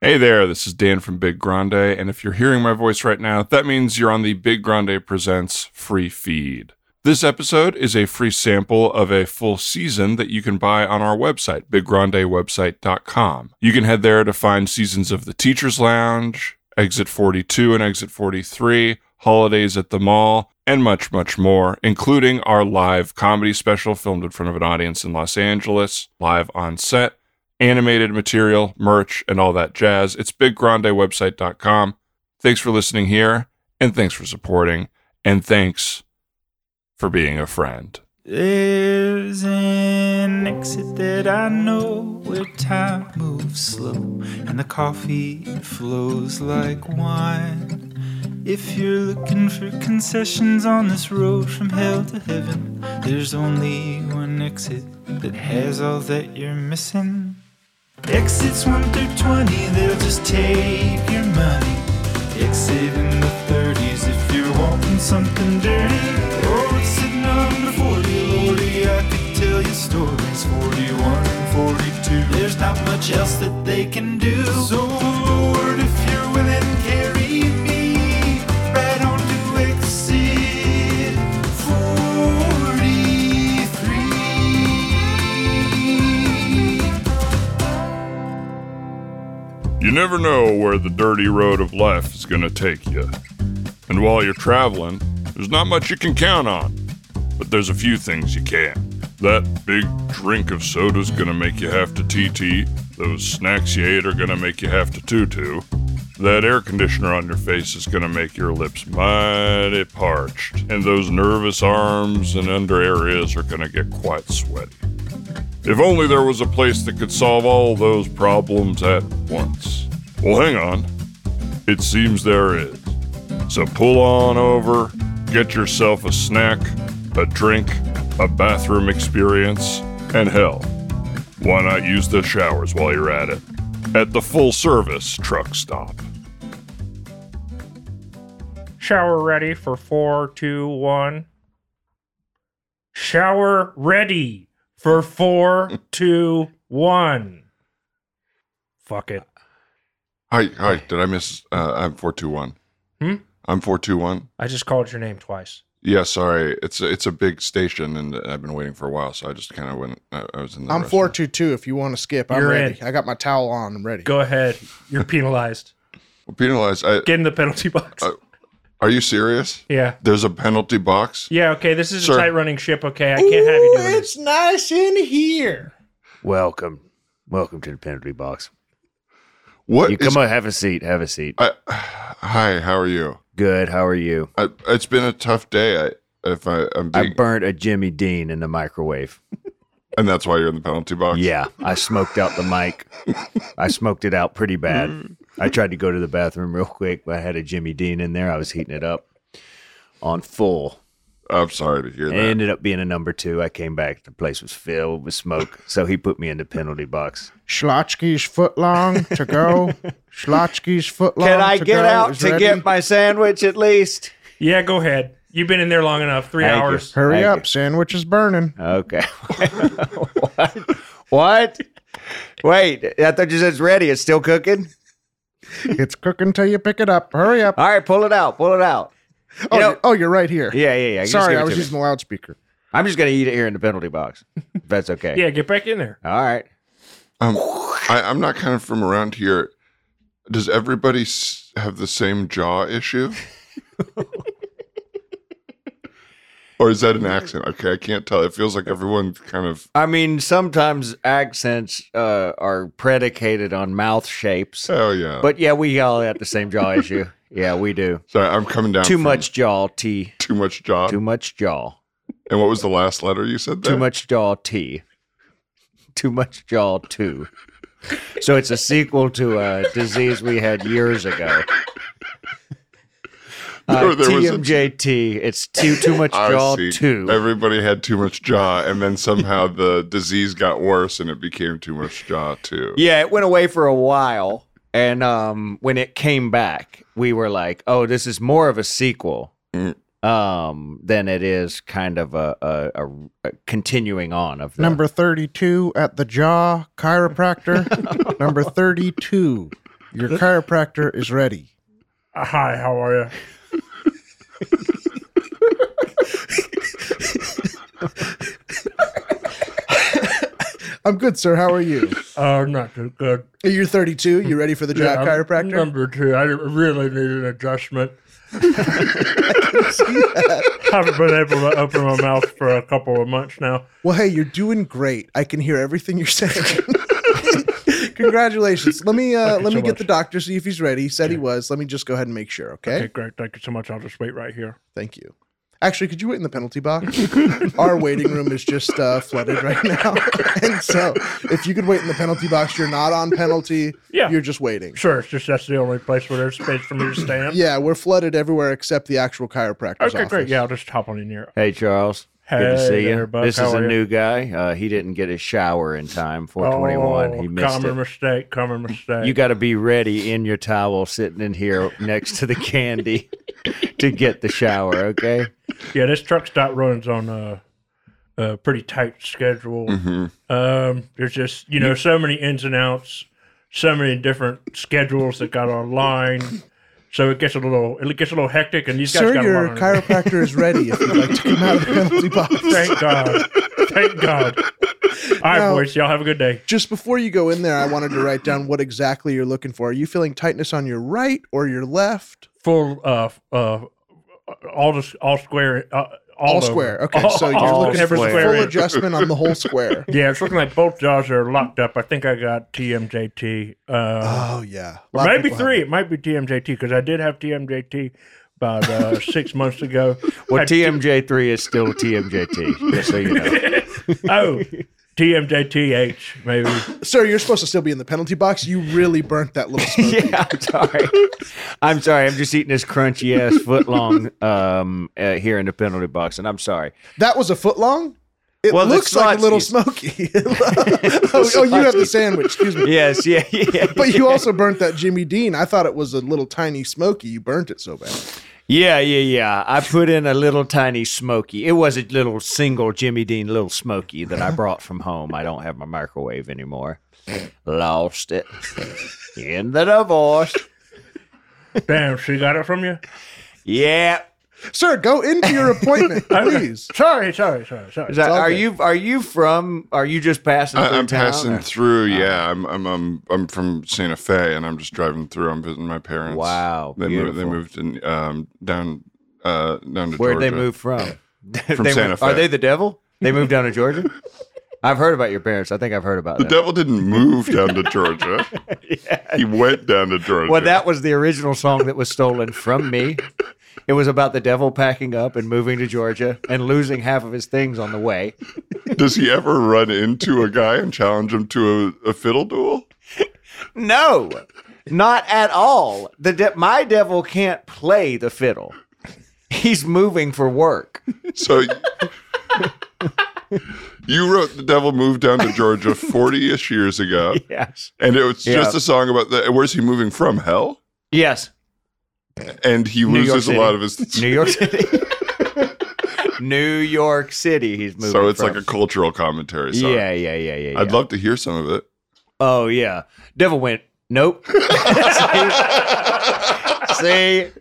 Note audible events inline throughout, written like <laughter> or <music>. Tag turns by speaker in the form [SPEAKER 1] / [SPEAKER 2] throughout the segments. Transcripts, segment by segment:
[SPEAKER 1] Hey there, this is Dan from Big Grande, and if you're hearing my voice right now, that means you're on the Big Grande Presents free feed. This episode is a free sample of a full season that you can buy on our website, biggrandewebsite.com. You can head there to find seasons of The Teacher's Lounge, Exit 42 and Exit 43, Holidays at the Mall, and much, much more, including our live comedy special filmed in front of an audience in Los Angeles, live on set, animated material, merch, and all that jazz. It's biggrandewebsite.com. Thanks for listening here, and thanks for supporting, and thanks for being a friend.
[SPEAKER 2] There's an exit that I know where time moves slow and the coffee flows like wine. If you're looking for concessions on this road from hell to heaven, there's only one exit that has all that you're missing. Exits 1 through 20, they'll just take your money. Exit in the 30s if you're wanting something dirty. Oh, it's at number 40, Lordy, I could tell you stories. 41 and 42, there's not much else that they can do. So, Lord, if you're willing, carry me right on to exit 43.
[SPEAKER 1] You never know where the dirty road of life is going to take you. And while you're traveling, there's not much you can count on, but there's a few things you can. That big drink of soda's going to make you have to TT, those snacks you ate are going to make you have to tutu, that air conditioner on your face is going to make your lips mighty parched, and those nervous arms and under areas are going to get quite sweaty. If only there was a place that could solve all those problems at once. Well, hang on. It seems there is. So pull on over, get yourself a snack, a drink, a bathroom experience, and hell, why not use the showers while you're at it? At the full service truck stop.
[SPEAKER 3] Shower ready for four, two, one. Shower ready for four,
[SPEAKER 4] <laughs>
[SPEAKER 3] two, one. Fuck it.
[SPEAKER 1] Hi, hi, did I miss? Uh, I'm 421.
[SPEAKER 3] Hmm?
[SPEAKER 1] I'm 421.
[SPEAKER 3] I just called your name twice.
[SPEAKER 1] Yeah, sorry. It's a, it's a big station, and I've been waiting for a while, so I just kind of went. I, I was in the
[SPEAKER 5] I'm
[SPEAKER 1] restroom.
[SPEAKER 5] four two two. If you want to skip, I'm
[SPEAKER 3] You're
[SPEAKER 5] ready.
[SPEAKER 3] in.
[SPEAKER 5] I got my towel on. I'm ready.
[SPEAKER 3] Go ahead. You're penalized.
[SPEAKER 1] penalized. I,
[SPEAKER 3] Get in the penalty box.
[SPEAKER 4] Oh.
[SPEAKER 1] Uh, are you serious?
[SPEAKER 3] yeah.
[SPEAKER 1] There's a penalty box.
[SPEAKER 3] Yeah, okay. This is
[SPEAKER 1] sir.
[SPEAKER 3] a tight running ship, okay? I can't have you doing this.
[SPEAKER 5] nice in here.
[SPEAKER 4] Welcome. Welcome to the penalty box.
[SPEAKER 5] Uh,
[SPEAKER 1] What?
[SPEAKER 4] You
[SPEAKER 1] is-
[SPEAKER 4] come on, have a seat. Have a seat.
[SPEAKER 1] I, hi, how are you?
[SPEAKER 4] Good. How are you?
[SPEAKER 1] I, it's been a tough day. I, if I, I'm
[SPEAKER 4] I
[SPEAKER 1] being,
[SPEAKER 4] burnt a Jimmy Dean in the microwave.
[SPEAKER 1] and that's why you're in the penalty box.
[SPEAKER 4] Yeah, I smoked out the mic. I smoked it out pretty bad. I tried to go to the bathroom real quick, but I had a Jimmy Dean in there. I was heating it up on full.
[SPEAKER 1] I'm sorry to hear
[SPEAKER 4] It
[SPEAKER 1] that.
[SPEAKER 4] ended up being a number two. I came back. The place was filled with smoke. So he put me in the penalty box.
[SPEAKER 5] Schlotsky's footlong to
[SPEAKER 4] <laughs>
[SPEAKER 5] go. Schlotsky's footlong. to go is ready.
[SPEAKER 4] my sandwich at least?
[SPEAKER 3] Yeah, go ahead. You've been in there long enough. Three
[SPEAKER 4] Thank you.
[SPEAKER 3] hours.
[SPEAKER 5] Hurry
[SPEAKER 4] Thank
[SPEAKER 5] up!
[SPEAKER 4] you.
[SPEAKER 5] Sandwich is burning.
[SPEAKER 4] Okay. <laughs> what? What? Wait, I thought you said it's ready. It's still cooking.
[SPEAKER 5] It's cooking till you pick it up. Hurry up!
[SPEAKER 4] All right, pull it out. Pull it out. Uh, You
[SPEAKER 5] oh,
[SPEAKER 4] know-
[SPEAKER 5] you're, oh, you're right here.
[SPEAKER 4] yeah, yeah, yeah.
[SPEAKER 5] Sorry,
[SPEAKER 4] give it
[SPEAKER 5] I
[SPEAKER 4] to
[SPEAKER 5] was
[SPEAKER 4] me.
[SPEAKER 5] using the loudspeaker.
[SPEAKER 4] I'm just gonna eat it here in the penalty box. If that's okay.
[SPEAKER 3] Yeah, get back in there.
[SPEAKER 4] All right.
[SPEAKER 1] um, I, I'm not kind of from around here. Does everybody s- have the same jaw
[SPEAKER 4] <laughs>
[SPEAKER 1] issue? or is that an accent? Okay, I can't tell. It feels like everyone kind of.
[SPEAKER 4] I mean, sometimes accents uh, are predicated on mouth shapes,
[SPEAKER 1] Oh yeah.
[SPEAKER 4] but yeah, we all have the same jaw issue. Yeah, we do.
[SPEAKER 1] Sorry, I'm coming down.
[SPEAKER 4] Too
[SPEAKER 1] from
[SPEAKER 4] much jaw T.
[SPEAKER 1] Too much jaw.
[SPEAKER 4] Too much jaw.
[SPEAKER 1] and what was the last letter you said? There?
[SPEAKER 4] Too much jaw T. Too much jaw two. So it's a sequel to a disease we had years ago.
[SPEAKER 1] <laughs>
[SPEAKER 4] Uh,
[SPEAKER 1] There- there was a-
[SPEAKER 4] TMJT. It's too too much
[SPEAKER 1] <laughs> I
[SPEAKER 4] jaw
[SPEAKER 1] see.
[SPEAKER 4] two.
[SPEAKER 1] Everybody had too much jaw, and then somehow the disease got worse, and it became too much jaw too.
[SPEAKER 4] yeah, it went away for a while, and um, when it came back, we were like, "Oh, this is more of a sequel."
[SPEAKER 1] Mm.
[SPEAKER 4] Um, than it is kind of a, a, a, a continuing on of the, <laughs>
[SPEAKER 5] Number thirty-two at the jaw chiropractor. Number thirty-two. Your chiropractor is ready.
[SPEAKER 3] Hi, how are you?
[SPEAKER 5] I'm good, sir. How are you? <laughs>
[SPEAKER 3] Uh, not too good.
[SPEAKER 5] You're 32. You ready for the job,
[SPEAKER 3] I'm
[SPEAKER 5] chiropractor?
[SPEAKER 3] Number two, I really need an
[SPEAKER 5] <laughs>
[SPEAKER 3] adjustment. Haven't been able to open my mouth for a couple of months now.
[SPEAKER 5] Well, hey, you're doing great. I can hear everything you're saying. <laughs> Congratulations. Let me uh,
[SPEAKER 3] Thank you
[SPEAKER 5] let
[SPEAKER 3] so
[SPEAKER 5] me get
[SPEAKER 3] much.
[SPEAKER 5] the doctor see if he's ready. He said he was. Let me just go ahead and make sure. Okay.
[SPEAKER 3] Okay, great. Thank you so much. I'll just wait right here.
[SPEAKER 5] Thank you. Actually, could you wait in the penalty box? <laughs> Our waiting room is just uh, flooded right now, <laughs> and so if you could wait in the penalty box, you're not on penalty.
[SPEAKER 3] Yeah.
[SPEAKER 5] You're just waiting.
[SPEAKER 3] Sure, it's just that's the only place where there's space for me to stand.
[SPEAKER 5] Yeah, we're flooded everywhere except the actual chiropractor's
[SPEAKER 3] Okay,
[SPEAKER 5] office.
[SPEAKER 3] great. Yeah, I'll just hop on in here.
[SPEAKER 4] Hey, Charles. Good
[SPEAKER 3] Hey
[SPEAKER 4] to see
[SPEAKER 3] there,
[SPEAKER 4] you.
[SPEAKER 3] Buck.
[SPEAKER 4] This
[SPEAKER 3] How
[SPEAKER 4] is a
[SPEAKER 3] are you?
[SPEAKER 4] new guy. Uh, he didn't get his shower in time. 421. he missed
[SPEAKER 3] Oh, common
[SPEAKER 4] it.
[SPEAKER 3] mistake. Common mistake.
[SPEAKER 4] You got to be ready in your towel, sitting in here next to the candy to get the shower. Okay.
[SPEAKER 3] yeah, this truck stop runs on a, a pretty tight schedule. Um, there's just you know so many ins and outs, so many different schedules that got online. So it gets a little it gets a little hectic, and these guys
[SPEAKER 5] Sir,
[SPEAKER 3] got
[SPEAKER 5] your
[SPEAKER 3] a lot
[SPEAKER 5] chiropractor is ready if you'd like to come out of the
[SPEAKER 3] <laughs>
[SPEAKER 5] penalty box.
[SPEAKER 3] Thank God. Thank God. All right,
[SPEAKER 5] Now-
[SPEAKER 3] boys. Y'all have a good day.
[SPEAKER 5] Just before you go in there, I wanted to write down what exactly you're looking for. Are you feeling tightness on your right or your left?
[SPEAKER 3] Full uh uh all this all square uh, all,
[SPEAKER 5] All,
[SPEAKER 3] over.
[SPEAKER 5] square. Okay, so you're
[SPEAKER 3] all,
[SPEAKER 5] looking
[SPEAKER 3] every
[SPEAKER 5] for
[SPEAKER 4] square.
[SPEAKER 5] full
[SPEAKER 3] square. inch.
[SPEAKER 5] adjustment on the whole square.
[SPEAKER 3] Yeah, it's looking like both jaws are locked up. I think I got TMJT. Uh,
[SPEAKER 5] Oh yeah, A
[SPEAKER 3] or
[SPEAKER 5] lot of
[SPEAKER 3] maybe
[SPEAKER 5] people have
[SPEAKER 3] three. It might be TMJT because I did have TMJT about
[SPEAKER 5] <laughs>
[SPEAKER 3] uh, six months ago.
[SPEAKER 4] Well,
[SPEAKER 3] I did-
[SPEAKER 4] TMJ3 is still TMJT. Just so you know.
[SPEAKER 3] <laughs> Oh, TMJTH maybe.
[SPEAKER 4] <laughs>
[SPEAKER 5] it. Sir, you're supposed to still be in the penalty box. You really burnt that little smoke.
[SPEAKER 4] yeah, I'm sorry. I'm sorry. I'm just eating this crunchy ass foot long um, uh, here in the penalty box, and I'm sorry.
[SPEAKER 5] That was a foot long. It
[SPEAKER 4] Well, the
[SPEAKER 5] looks like a little smoky. <laughs>
[SPEAKER 4] <laughs>
[SPEAKER 5] oh, oh, you have the sandwich. Excuse me.
[SPEAKER 4] Yes, yeah, <laughs> yeah.
[SPEAKER 5] But you also burnt that Jimmy Dean. I thought it was a little tiny smoky. You burnt it so bad.
[SPEAKER 4] yeah, yeah, yeah. I put in a little tiny smoky. It was a little single Jimmy Dean little smoky that I brought from home. I don't have my microwave anymore. Lost it in the divorce.
[SPEAKER 3] Damn, she got it from you.
[SPEAKER 4] Yeah.
[SPEAKER 5] Sir, go into your appointment, please.
[SPEAKER 3] <laughs> Sorry, sorry, sorry, sorry.
[SPEAKER 4] Is that-
[SPEAKER 5] all
[SPEAKER 4] are
[SPEAKER 5] good.
[SPEAKER 4] you are you from? Are you just passing?
[SPEAKER 6] I,
[SPEAKER 4] through
[SPEAKER 6] I'm
[SPEAKER 4] town,
[SPEAKER 6] passing
[SPEAKER 4] or-
[SPEAKER 6] through. Yeah, I'm, I'm I'm I'm from Santa Fe, and I'm just driving through. I'm visiting my parents.
[SPEAKER 4] Wow,
[SPEAKER 6] they moved, they
[SPEAKER 4] beautiful.
[SPEAKER 6] moved in, um, down uh, down to
[SPEAKER 4] Where'd
[SPEAKER 6] Georgia.
[SPEAKER 4] they move from?
[SPEAKER 6] From
[SPEAKER 4] They
[SPEAKER 6] Santa
[SPEAKER 4] moved-
[SPEAKER 6] Fe.
[SPEAKER 4] Are they the devil? They moved down to Georgia? I've heard about your parents. I think I've heard about
[SPEAKER 6] The
[SPEAKER 4] that.
[SPEAKER 6] devil didn't move down to
[SPEAKER 4] <laughs>
[SPEAKER 6] Georgia. He went down to Georgia.
[SPEAKER 4] Well, that was the original song that was stolen from me. It was about the devil packing up and moving to Georgia and losing half of his things on the way.
[SPEAKER 6] Does he ever run into a guy and challenge him to a, a fiddle duel?
[SPEAKER 4] No, not at all. The de- my devil can't play the fiddle. He's moving for work.
[SPEAKER 6] So <laughs> you wrote "The Devil Moved Down to Georgia" forty-ish years
[SPEAKER 4] <laughs>
[SPEAKER 6] ago,
[SPEAKER 4] Yes.
[SPEAKER 6] and it was just
[SPEAKER 4] Yeah.
[SPEAKER 6] a song about the, where's he moving from? Hell,
[SPEAKER 4] Yes.
[SPEAKER 6] and he
[SPEAKER 4] New York
[SPEAKER 6] loses a
[SPEAKER 4] City.
[SPEAKER 6] lot of his.
[SPEAKER 4] New York City. New York City. He's moving.
[SPEAKER 6] so it's
[SPEAKER 4] from.
[SPEAKER 6] like a cultural commentary song.
[SPEAKER 4] Yeah, yeah, yeah, yeah.
[SPEAKER 6] I'd
[SPEAKER 4] yeah.
[SPEAKER 6] love to hear some of it.
[SPEAKER 4] Oh yeah. Devil went, Nope. <laughs> see? see? See,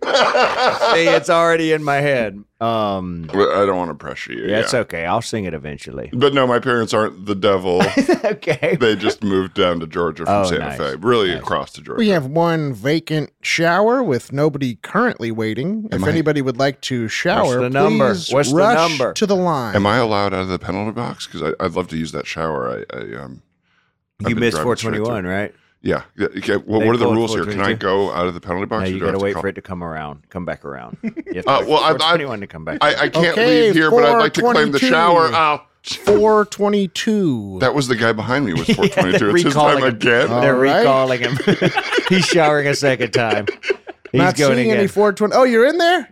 [SPEAKER 4] it's already in my head. Um
[SPEAKER 6] But I don't want to pressure you.
[SPEAKER 4] that's
[SPEAKER 6] yeah.
[SPEAKER 4] okay. I'll sing
[SPEAKER 6] <laughs>
[SPEAKER 4] it eventually.
[SPEAKER 6] But no, my parents aren't the
[SPEAKER 4] <laughs>
[SPEAKER 6] devil.
[SPEAKER 4] okay.
[SPEAKER 6] they just moved down to Georgia from
[SPEAKER 4] Oh,
[SPEAKER 6] Santa
[SPEAKER 4] nice.
[SPEAKER 6] Fe, really across to Georgia.
[SPEAKER 5] We have one vacant shower with nobody currently waiting. if
[SPEAKER 6] I-
[SPEAKER 5] anybody would like to shower,
[SPEAKER 4] the number?
[SPEAKER 5] please
[SPEAKER 4] What's the
[SPEAKER 5] rush
[SPEAKER 4] number?
[SPEAKER 5] to the line.
[SPEAKER 6] Am I allowed out of the penalty box? Because I'd love to use that shower. I, I um, I've
[SPEAKER 4] You
[SPEAKER 6] been
[SPEAKER 4] missed
[SPEAKER 6] driving straight
[SPEAKER 4] 421, right?
[SPEAKER 6] yeah. Yeah, Okay. Well,
[SPEAKER 4] They
[SPEAKER 6] what are the
[SPEAKER 4] call it
[SPEAKER 6] rules here? Can I
[SPEAKER 4] 422?
[SPEAKER 6] go out of the penalty box?
[SPEAKER 4] Now
[SPEAKER 6] or
[SPEAKER 4] you
[SPEAKER 6] do I have
[SPEAKER 4] gotta
[SPEAKER 6] to
[SPEAKER 4] wait
[SPEAKER 6] call-
[SPEAKER 4] for it to come around, come back
[SPEAKER 6] <laughs>
[SPEAKER 4] around. You have
[SPEAKER 6] Uh,
[SPEAKER 4] wait
[SPEAKER 6] well,
[SPEAKER 4] for
[SPEAKER 6] I- I-
[SPEAKER 4] 421 to come back.
[SPEAKER 6] I, I can't
[SPEAKER 5] Okay,
[SPEAKER 6] leave here, but I'd like to claim the
[SPEAKER 5] 422.
[SPEAKER 6] shower. Oh,
[SPEAKER 5] 422.
[SPEAKER 6] that was the guy behind me. Was four
[SPEAKER 4] They're
[SPEAKER 6] twenty
[SPEAKER 4] <laughs>
[SPEAKER 6] two? It's his
[SPEAKER 4] recalling
[SPEAKER 6] time
[SPEAKER 4] him.
[SPEAKER 6] again.
[SPEAKER 4] They're
[SPEAKER 5] All right.
[SPEAKER 4] recalling
[SPEAKER 6] <laughs>
[SPEAKER 4] him. He's showering a second time. He's
[SPEAKER 5] Not
[SPEAKER 4] going
[SPEAKER 5] seeing
[SPEAKER 4] again.
[SPEAKER 5] any 420. Oh, you're in there?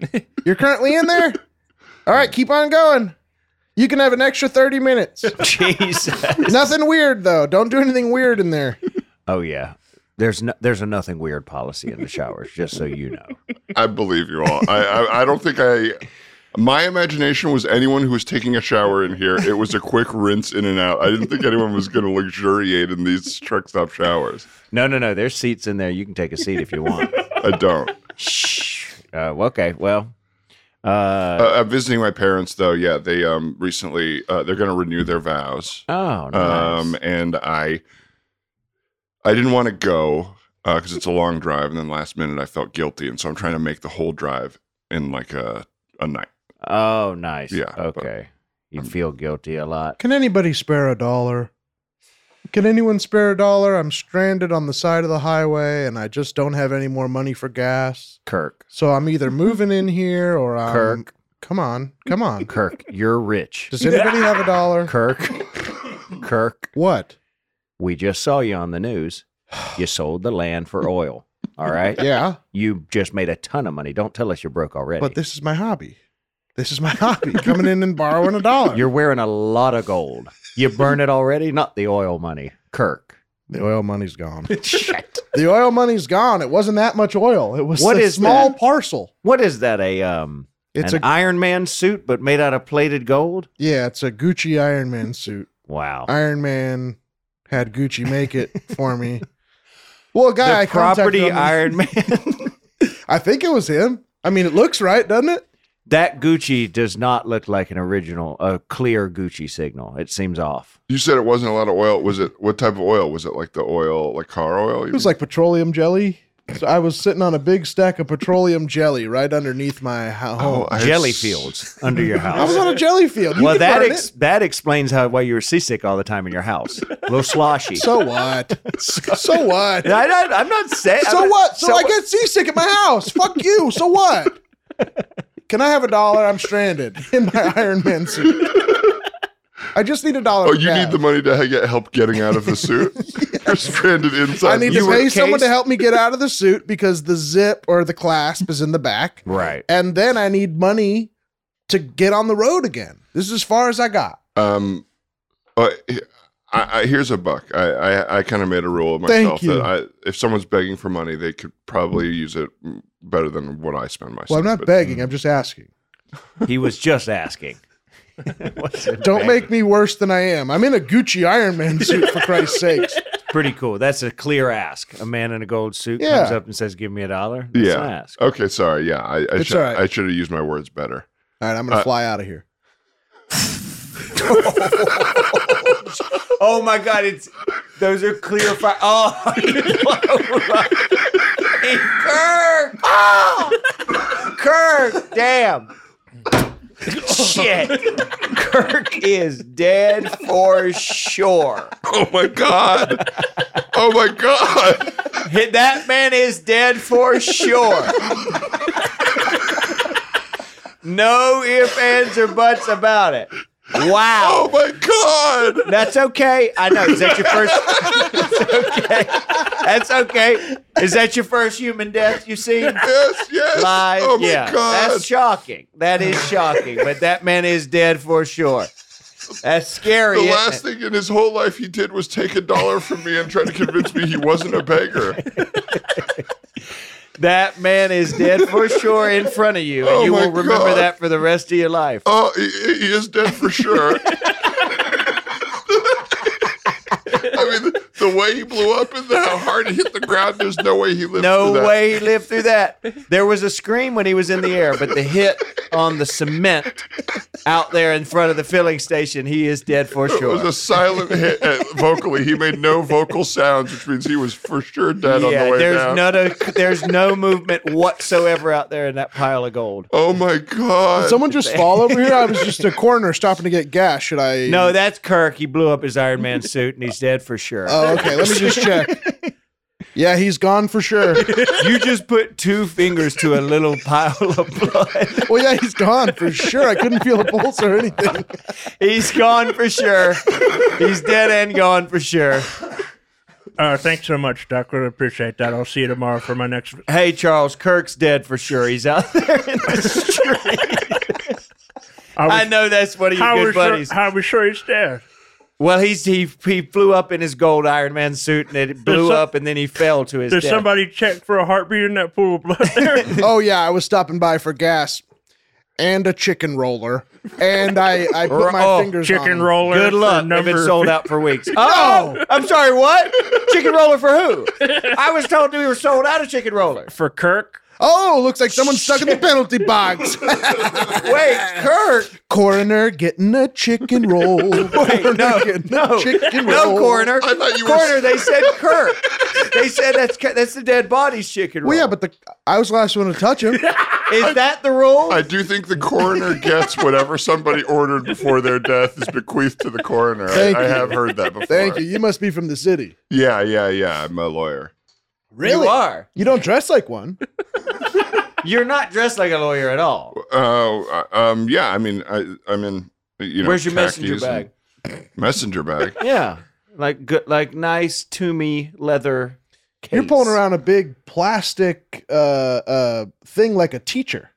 [SPEAKER 5] You're currently in there? All right, keep on going. You can have an extra 30
[SPEAKER 4] <laughs>
[SPEAKER 5] minutes.
[SPEAKER 4] <laughs> Jesus.
[SPEAKER 5] Nothing weird, though. Don't do anything weird in there.
[SPEAKER 4] Oh yeah. There's no, there's a nothing weird policy in the showers, just so you know.
[SPEAKER 6] I believe you all. I, I I don't think I My imagination was anyone who was taking a shower in here. It was a quick rinse in and out. I didn't think anyone was going to luxuriate in these truck stop showers.
[SPEAKER 4] No, no, no. There's seats in there. You can take a seat if you want.
[SPEAKER 6] I don't.
[SPEAKER 4] Uh, okay. Well, uh,
[SPEAKER 6] Uh, I'm visiting my parents though. Yeah, they um recently uh, they're going to renew their vows.
[SPEAKER 4] oh, nice.
[SPEAKER 6] Um, and I, I didn't want to go because it's a long drive, and then last minute I felt guilty, and so I'm trying to make the whole drive in like a a night.
[SPEAKER 4] oh, nice.
[SPEAKER 6] yeah, but-
[SPEAKER 4] Okay. You feel guilty a lot.
[SPEAKER 5] Can anybody spare a dollar? Can anyone spare a dollar? I'm stranded on the side of the highway and I just don't have any more money for gas.
[SPEAKER 4] Kirk,
[SPEAKER 5] So I'm either moving in here or I'm.
[SPEAKER 4] Kirk.
[SPEAKER 5] Come on. Come on.
[SPEAKER 4] <laughs> Kirk, you're rich.
[SPEAKER 5] Does anybody have a dollar?
[SPEAKER 4] Kirk, Kirk,
[SPEAKER 5] What?
[SPEAKER 4] we just saw you on the news. You sold the land for oil. All right.
[SPEAKER 5] Yeah.
[SPEAKER 4] You just made a ton of money. Don't tell us you're broke already.
[SPEAKER 5] But this is my hobby. This is my hobby. Coming in and borrowing a dollar.
[SPEAKER 4] You're wearing a lot of gold. You burn it already, not the oil money. Kirk.
[SPEAKER 5] the oil money's gone. The oil money's gone. It wasn't that much oil. It was
[SPEAKER 4] What
[SPEAKER 5] a
[SPEAKER 4] is
[SPEAKER 5] small
[SPEAKER 4] that?
[SPEAKER 5] parcel.
[SPEAKER 4] What is that? A um
[SPEAKER 5] It's
[SPEAKER 4] an
[SPEAKER 5] a
[SPEAKER 4] Iron Man suit but made out of plated gold?
[SPEAKER 5] yeah. It's a Gucci Iron Man suit.
[SPEAKER 4] Wow.
[SPEAKER 5] Iron Man had Gucci make it for
[SPEAKER 4] <laughs>
[SPEAKER 5] me. Well, a guy I
[SPEAKER 4] the
[SPEAKER 5] contacted
[SPEAKER 4] property
[SPEAKER 5] on the- <laughs>
[SPEAKER 4] Iron Man. <laughs>
[SPEAKER 5] I think it was him. I mean, it looks right, doesn't it?
[SPEAKER 4] that Gucci does not look like an original, a clear Gucci signal. It seems off.
[SPEAKER 6] You said it wasn't a lot of oil. Was it what type of oil? Was it like the oil, like car oil?
[SPEAKER 5] It was like petroleum jelly. So I was sitting on a big stack of petroleum jelly right underneath my ho-
[SPEAKER 6] Oh,
[SPEAKER 5] home.
[SPEAKER 4] Jelly fields under
[SPEAKER 5] <laughs>
[SPEAKER 4] your
[SPEAKER 5] I was on
[SPEAKER 4] house.
[SPEAKER 5] a jelly field. You
[SPEAKER 4] Well,
[SPEAKER 5] can
[SPEAKER 4] that
[SPEAKER 5] burn
[SPEAKER 4] ex-
[SPEAKER 5] it.
[SPEAKER 4] that explains how why you were seasick all the time in your house. A little sloshy.
[SPEAKER 5] So what? So what?
[SPEAKER 4] <laughs> I, I, am not saying.
[SPEAKER 5] So
[SPEAKER 4] I'm not-
[SPEAKER 5] what? So, I get seasick at my house. Fuck you. So what? Can I have a dollar? I'm stranded in my Iron Man suit. I just need a dollar.
[SPEAKER 6] Oh,
[SPEAKER 5] for
[SPEAKER 6] you
[SPEAKER 5] gas.
[SPEAKER 6] need the money to get help getting out of the
[SPEAKER 5] <laughs>
[SPEAKER 6] suit. You're stranded inside.
[SPEAKER 5] I need
[SPEAKER 6] the
[SPEAKER 5] to
[SPEAKER 6] suit.
[SPEAKER 5] pay someone to
[SPEAKER 4] case-
[SPEAKER 5] help me get out of the suit because the zip or the clasp is in the back.
[SPEAKER 4] Right.
[SPEAKER 5] And then I need money to get on the road again. This is as far as I got.
[SPEAKER 6] Um, uh, I, I, here's a buck. I I, I kind of made a rule of
[SPEAKER 5] Thank
[SPEAKER 6] myself
[SPEAKER 5] you.
[SPEAKER 6] that I, if someone's begging for money, they could probably use it better than what I spend myself.
[SPEAKER 5] Well, I'm not
[SPEAKER 6] but-
[SPEAKER 5] begging. I'm just asking.
[SPEAKER 4] He was just asking. Wasn't
[SPEAKER 5] <laughs> Don't
[SPEAKER 4] bad.
[SPEAKER 5] make me worse than I am. I'm in a Gucci Iron Man suit, for Christ's sakes.
[SPEAKER 4] pretty cool. That's a clear ask. A man in a gold suit
[SPEAKER 5] Yeah.
[SPEAKER 4] comes up and says, "Give me a dollar." That's
[SPEAKER 6] Yeah.
[SPEAKER 4] an ask.
[SPEAKER 6] Okay, sorry. Yeah, I I,
[SPEAKER 5] It's
[SPEAKER 6] should
[SPEAKER 5] all right.
[SPEAKER 6] I should have used my words better.
[SPEAKER 5] All right, I'm going to
[SPEAKER 6] Uh,
[SPEAKER 5] fly out of here.
[SPEAKER 4] Oh my god! It's those are clear fire. Oh, <laughs> Kirk! Kirk! Ah! Damn! Shit! Kirk is dead for sure.
[SPEAKER 6] Oh my god! oh my <laughs> god!
[SPEAKER 4] That man is dead for sure. No ifs, ands, or buts about it. Wow.
[SPEAKER 6] Oh my god!
[SPEAKER 4] That's okay. I know. Is that your first? That's okay. That's okay. Is that your first human death you see?
[SPEAKER 6] Yes, yes.
[SPEAKER 4] Live?
[SPEAKER 6] Oh my
[SPEAKER 4] yeah.
[SPEAKER 6] god!
[SPEAKER 4] That's shocking. That is shocking. But that man is dead for sure. That's scary.
[SPEAKER 6] the
[SPEAKER 4] isn't
[SPEAKER 6] last
[SPEAKER 4] it?
[SPEAKER 6] thing in his whole life he did was take a dollar from me and try to convince me he wasn't a beggar.
[SPEAKER 4] <laughs> That man is dead for sure in front of you.
[SPEAKER 6] Oh
[SPEAKER 4] and you
[SPEAKER 6] my
[SPEAKER 4] will remember
[SPEAKER 6] God.
[SPEAKER 4] that for the rest of your life.
[SPEAKER 6] Oh, he, he is dead for sure. I mean, the way he blew up and how hard he hit the ground, there's no way he lived.
[SPEAKER 4] No
[SPEAKER 6] through that.
[SPEAKER 4] way he lived through that. There was a scream when he was in the air, but the hit on the cement out there in front of the filling station, he is
[SPEAKER 6] <laughs>
[SPEAKER 4] dead for
[SPEAKER 6] It
[SPEAKER 4] sure.
[SPEAKER 6] was a silent hit uh, vocally. He made no vocal sounds, which means he was for sure dead on the way
[SPEAKER 4] there's
[SPEAKER 6] down.
[SPEAKER 4] not a there's no movement whatsoever out there in that pile of gold.
[SPEAKER 6] oh my god!
[SPEAKER 5] Someone just fall over here. I was just a corner stopping to get gas. Should I?
[SPEAKER 4] No, that's Kirk. He blew up his Iron Man suit and he's dead for sure.
[SPEAKER 5] Oh, okay. Let me just check. Yeah, he's gone for sure.
[SPEAKER 4] you just put two fingers to a little pile of blood.
[SPEAKER 5] Well, yeah, he's gone for sure. I couldn't feel a pulse or anything.
[SPEAKER 4] He's gone for sure. He's dead and gone for sure.
[SPEAKER 3] Uh, thanks so much, Doc. Really appreciate that. I'll see you tomorrow for my next.
[SPEAKER 4] Hey, Charles, Kirk's dead for sure. He's out there in the street.
[SPEAKER 3] I was,
[SPEAKER 4] I know that's one of your
[SPEAKER 3] how
[SPEAKER 4] good
[SPEAKER 3] was
[SPEAKER 4] buddies.
[SPEAKER 3] Sure, how was sure he's dead?
[SPEAKER 4] well, he's he he flew up in his gold Iron Man suit and it blew
[SPEAKER 3] some-
[SPEAKER 4] up, and then he fell to his
[SPEAKER 3] Did
[SPEAKER 4] death. <laughs>
[SPEAKER 3] somebody check for a heartbeat in that pool of blood there?
[SPEAKER 5] Oh yeah, I was stopping by for gas. and a chicken roller, and I I put my
[SPEAKER 4] Oh,
[SPEAKER 5] fingers on
[SPEAKER 3] Chicken
[SPEAKER 5] it.
[SPEAKER 3] roller.
[SPEAKER 4] Good
[SPEAKER 3] for
[SPEAKER 4] luck. They've
[SPEAKER 3] Number
[SPEAKER 4] been sold out for weeks. Oh, I'm sorry. What? Chicken roller for who? I was told we were sold out of chicken roller.
[SPEAKER 3] for Kirk.
[SPEAKER 5] Oh, looks like someone's stuck in the penalty box.
[SPEAKER 4] <laughs> Wait, Kirk.
[SPEAKER 5] coroner getting a chicken roll. Coroner
[SPEAKER 4] no,
[SPEAKER 5] getting a
[SPEAKER 4] No,
[SPEAKER 5] chicken
[SPEAKER 4] no,
[SPEAKER 5] roll.
[SPEAKER 4] coroner.
[SPEAKER 6] I thought you were-
[SPEAKER 4] coroner. They
[SPEAKER 6] <laughs>
[SPEAKER 4] said Kirk. They said that's that's the dead body's chicken roll.
[SPEAKER 5] Well, yeah, but the I was the last one to touch him.
[SPEAKER 4] is that the rule?
[SPEAKER 6] I do think the coroner gets whatever somebody ordered before their death is bequeathed to the coroner. I,
[SPEAKER 5] Thank
[SPEAKER 6] I
[SPEAKER 5] you.
[SPEAKER 6] have heard that before.
[SPEAKER 5] Thank you. You must be from the city.
[SPEAKER 6] Yeah, yeah, yeah. I'm a lawyer.
[SPEAKER 4] You are.
[SPEAKER 5] You don't dress like one.
[SPEAKER 4] You're not dressed like a lawyer at all.
[SPEAKER 6] Uh, um, yeah. I mean, I, I'm in. You know,
[SPEAKER 4] Where's your messenger
[SPEAKER 6] khakis
[SPEAKER 4] bag?
[SPEAKER 6] and- Messenger bag. <laughs>
[SPEAKER 4] Yeah, like good, like nice to me leather. Case.
[SPEAKER 5] You're pulling around a big plastic uh, uh, thing like a teacher.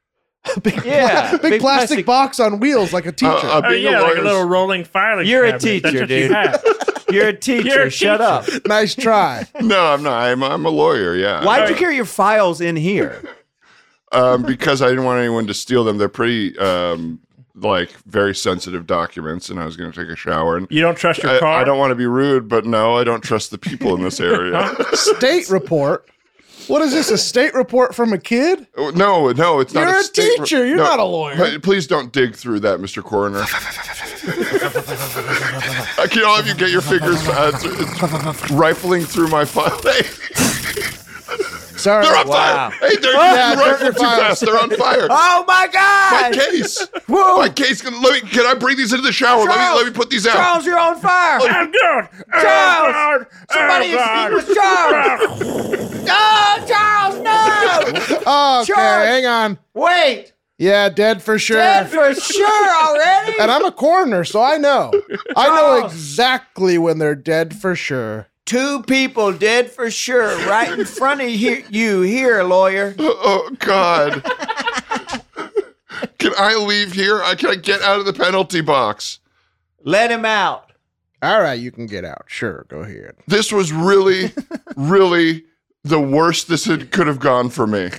[SPEAKER 5] <laughs> A big,
[SPEAKER 4] Yeah,
[SPEAKER 5] pla- big,
[SPEAKER 4] big plastic-
[SPEAKER 5] plastic box on wheels like a teacher.
[SPEAKER 6] Uh, uh,
[SPEAKER 3] Oh
[SPEAKER 6] being
[SPEAKER 3] yeah,
[SPEAKER 6] a
[SPEAKER 3] like a
[SPEAKER 6] lawyer's-
[SPEAKER 3] little rolling filing.
[SPEAKER 4] You're a
[SPEAKER 3] cabinet. That's
[SPEAKER 4] teacher,
[SPEAKER 3] what you
[SPEAKER 4] dude.
[SPEAKER 3] have.
[SPEAKER 4] You're a teacher.
[SPEAKER 3] You're a
[SPEAKER 4] Shut
[SPEAKER 3] teacher.
[SPEAKER 4] up.
[SPEAKER 5] nice try.
[SPEAKER 6] No, I'm not. I'm, I'm a lawyer. Yeah.
[SPEAKER 4] Why'd you carry your files in here?
[SPEAKER 6] Um, because I didn't want anyone to steal them. They're pretty, um, like, very sensitive documents, and I was going to take a shower. And
[SPEAKER 3] You don't trust your
[SPEAKER 6] I,
[SPEAKER 3] car.
[SPEAKER 6] I don't want to be rude, but no, I don't trust the people in this area.
[SPEAKER 3] <laughs>
[SPEAKER 5] state report. What is this? A state report from a kid?
[SPEAKER 6] Oh, no, no, it's not.
[SPEAKER 5] You're a
[SPEAKER 6] state-
[SPEAKER 5] teacher, you're
[SPEAKER 6] no,
[SPEAKER 5] not a lawyer.
[SPEAKER 6] pl- Please don't dig through that, Mr. Coroner. Uh, Can all of you get your fingers uh, it's- it's rifling through my file? Hey,
[SPEAKER 5] Sorry.
[SPEAKER 6] they're on
[SPEAKER 4] Wow.
[SPEAKER 6] fire! Hey, they're,
[SPEAKER 5] Yeah,
[SPEAKER 6] you
[SPEAKER 5] Ah, they're
[SPEAKER 6] rifled too
[SPEAKER 5] fire. Ah,
[SPEAKER 6] fast. They're on fire.
[SPEAKER 4] Oh my
[SPEAKER 6] My
[SPEAKER 4] God!
[SPEAKER 6] case.
[SPEAKER 4] Whoa.
[SPEAKER 6] My case. Can, let me, can I bring these into the shower? let me
[SPEAKER 4] Charles.
[SPEAKER 6] let me put these out.
[SPEAKER 4] Charles, you're on fire!
[SPEAKER 3] I'm good.
[SPEAKER 4] Charles! Somebody
[SPEAKER 3] Oh,
[SPEAKER 4] extinguish Charles! No, Charles, no!
[SPEAKER 5] Oh, okay.
[SPEAKER 4] Charge.
[SPEAKER 5] Hang on.
[SPEAKER 4] Wait!
[SPEAKER 5] Yeah, dead for sure.
[SPEAKER 4] Dead for sure already?
[SPEAKER 5] and I'm a coroner, so I know. I know exactly when they're dead for sure.
[SPEAKER 4] Two people dead for sure right in front of he- you here, lawyer.
[SPEAKER 6] Oh God! can I leave here? I can I get out of the penalty box?
[SPEAKER 4] Let him out.
[SPEAKER 5] All right, you can get out. Sure, go ahead.
[SPEAKER 6] This was
[SPEAKER 4] <laughs>
[SPEAKER 6] really, really the worst this had, could have gone for me.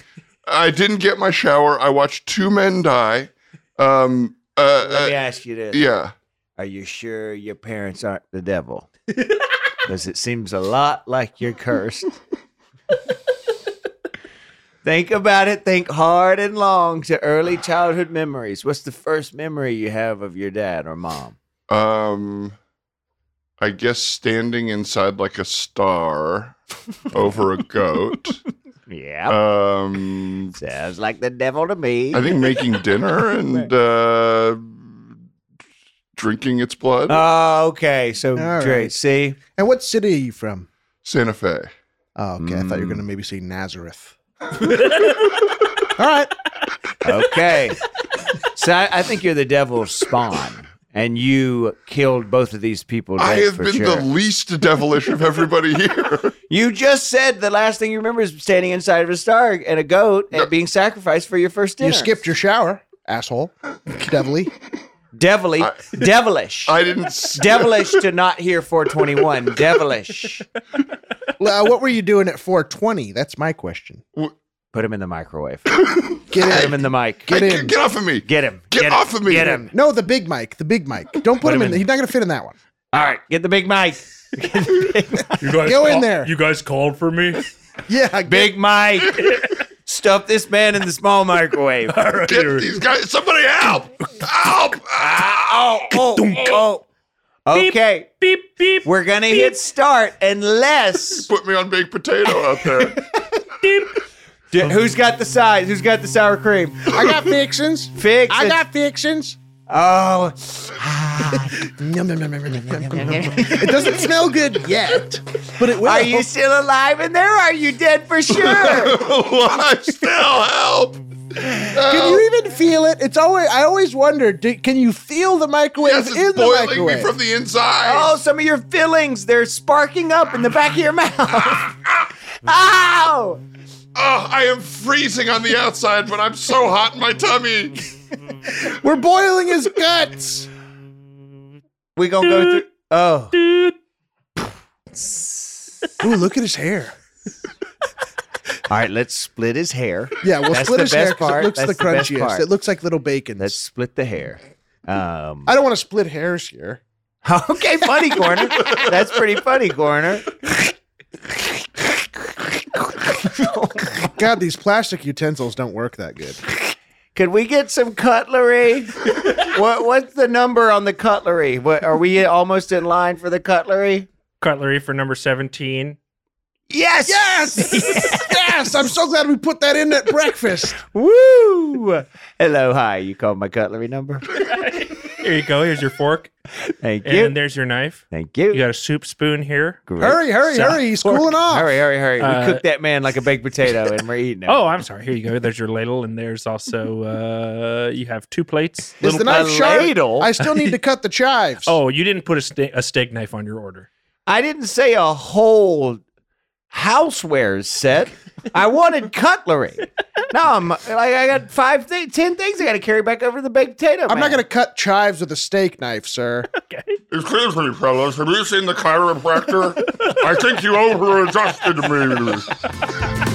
[SPEAKER 6] I didn't get my shower. I watched two men die. Um. Uh.
[SPEAKER 4] Let me
[SPEAKER 6] uh,
[SPEAKER 4] ask you this.
[SPEAKER 6] yeah.
[SPEAKER 4] Are you sure your parents aren't the devil? Because it seems a lot like you're cursed. think about it. Think hard and long to early childhood memories. What's the first memory you have of your dad or mom?
[SPEAKER 6] Um. I guess standing inside like a star over a goat.
[SPEAKER 4] <laughs> Yeah.
[SPEAKER 6] Um.
[SPEAKER 4] Sounds like the devil to me.
[SPEAKER 6] I think making
[SPEAKER 4] <laughs>
[SPEAKER 6] dinner and uh, drinking its blood.
[SPEAKER 4] Oh, okay. So,
[SPEAKER 5] All
[SPEAKER 4] great.
[SPEAKER 5] right.
[SPEAKER 4] See?
[SPEAKER 5] And what city are you from?
[SPEAKER 6] Santa Fe.
[SPEAKER 5] Oh, okay. I thought
[SPEAKER 6] Mm.
[SPEAKER 5] you were going to maybe say Nazareth. All right.
[SPEAKER 4] Okay. so, I, I think you're the devil's spawn, and you killed both of these people.
[SPEAKER 6] I
[SPEAKER 4] dead
[SPEAKER 6] have
[SPEAKER 4] for
[SPEAKER 6] been
[SPEAKER 4] sure.
[SPEAKER 6] the least devilish of everybody
[SPEAKER 4] <laughs>
[SPEAKER 6] here.
[SPEAKER 4] You just said the last thing you remember is standing inside of a star and a goat and being sacrificed for your first dinner.
[SPEAKER 5] You skipped your shower, asshole. Devilly.
[SPEAKER 4] devilly, <laughs> devilish,
[SPEAKER 6] I didn't. s-
[SPEAKER 4] devilish to not hear 421. Devilish.
[SPEAKER 5] Well, uh, what were you doing at 420? That's my question.
[SPEAKER 4] Put him in the
[SPEAKER 6] <coughs>
[SPEAKER 4] microwave. Put
[SPEAKER 5] Get
[SPEAKER 4] him
[SPEAKER 5] in.
[SPEAKER 4] in the mic.
[SPEAKER 6] Hey,
[SPEAKER 4] Get,
[SPEAKER 6] get, get off of me.
[SPEAKER 4] him.
[SPEAKER 6] Get
[SPEAKER 4] him.
[SPEAKER 6] off of me.
[SPEAKER 4] Get him.
[SPEAKER 5] No, the big mic. The big mic. Don't put him in. He's not going to fit in that one.
[SPEAKER 4] All right. Get the big mic.
[SPEAKER 3] You guys
[SPEAKER 5] Go in
[SPEAKER 3] call-
[SPEAKER 5] there.
[SPEAKER 3] You guys called for me.
[SPEAKER 5] Yeah.
[SPEAKER 4] Big mic. Stuff this man in the small microwave. <laughs>
[SPEAKER 6] Get these guys. Somebody help. Help.
[SPEAKER 4] Oh, oh, oh. Okay.
[SPEAKER 3] beep beep.
[SPEAKER 4] We're going to hit start unless.
[SPEAKER 6] Put me on baked potato out there.
[SPEAKER 4] D- Who's got the sides? Who's got the sour cream?
[SPEAKER 5] I got fixins.
[SPEAKER 4] Fix.
[SPEAKER 5] I
[SPEAKER 4] it.
[SPEAKER 5] got fixins.
[SPEAKER 4] Oh,
[SPEAKER 5] Yum, yum, yum, yum, yum, yum, yum, yum.
[SPEAKER 4] <laughs>
[SPEAKER 5] It doesn't smell good yet, but it will.
[SPEAKER 4] Are you still alive in there? Are you dead for <laughs> sure?
[SPEAKER 6] Why still help?
[SPEAKER 5] Can you even feel it? It's always I always wonder. Do, can you feel the microwave
[SPEAKER 6] Yes,
[SPEAKER 5] in
[SPEAKER 6] it's
[SPEAKER 5] the
[SPEAKER 6] boiling me
[SPEAKER 5] microwave?
[SPEAKER 6] from the inside.
[SPEAKER 4] oh, some of your fillings, they're sparking up in the back of your mouth. <laughs> Ow!
[SPEAKER 6] Oh, I am freezing on the outside, but I'm so hot in my tummy.
[SPEAKER 5] We're boiling his guts.
[SPEAKER 4] We gonna go through. Oh,
[SPEAKER 5] Ooh, look at his hair.
[SPEAKER 4] All right, let's split his hair.
[SPEAKER 5] Yeah, we'll
[SPEAKER 4] That's
[SPEAKER 5] split
[SPEAKER 4] the
[SPEAKER 5] his hair
[SPEAKER 4] best
[SPEAKER 5] 'cause
[SPEAKER 4] part.
[SPEAKER 5] it looks
[SPEAKER 4] That's
[SPEAKER 5] the
[SPEAKER 4] the best
[SPEAKER 5] crunchiest.
[SPEAKER 4] part.
[SPEAKER 5] it looks like little bacon.
[SPEAKER 4] Let's split the hair. Um,
[SPEAKER 5] I don't want to split hairs here.
[SPEAKER 4] okay, funny corner. That's pretty funny corner.
[SPEAKER 5] God, these plastic utensils don't work that
[SPEAKER 4] <laughs>
[SPEAKER 5] good.
[SPEAKER 4] Could we get some cutlery? what What's the number on the cutlery? What are we almost in line for the cutlery?
[SPEAKER 3] Cutlery for number 17.
[SPEAKER 4] Yes.
[SPEAKER 5] Yes, yes. I'm so glad we put that in at breakfast.
[SPEAKER 4] Woo! Hello, hi. You called my cutlery number.
[SPEAKER 3] Here you go. Here's your fork.
[SPEAKER 4] Thank
[SPEAKER 3] And
[SPEAKER 4] you.
[SPEAKER 3] there's your knife.
[SPEAKER 4] Thank you.
[SPEAKER 3] You got a soup spoon here.
[SPEAKER 4] Great.
[SPEAKER 5] Hurry, hurry, hurry. He's cooling off.
[SPEAKER 4] Hurry, hurry, hurry.
[SPEAKER 3] Uh,
[SPEAKER 4] we cooked that man like a baked potato and we're eating it.
[SPEAKER 3] Oh, I'm sorry. Here you go. There's your ladle, and there's also uh, you have two plates.
[SPEAKER 5] Is the
[SPEAKER 4] Little-
[SPEAKER 5] knife
[SPEAKER 4] a
[SPEAKER 5] sharp?
[SPEAKER 4] ladle?
[SPEAKER 5] I still need to cut the chives.
[SPEAKER 3] Oh, you didn't put a, ste- a steak knife on your order.
[SPEAKER 4] I didn't say a whole housewares set. I wanted cutlery. Now I'm like, I got five, th- ten things I got to carry back over to the baked potato.
[SPEAKER 5] I'm
[SPEAKER 4] man.
[SPEAKER 5] not going to cut chives with a steak knife, sir.
[SPEAKER 6] Excuse me, fellas. Have you seen the chiropractor? I think you overadjusted me.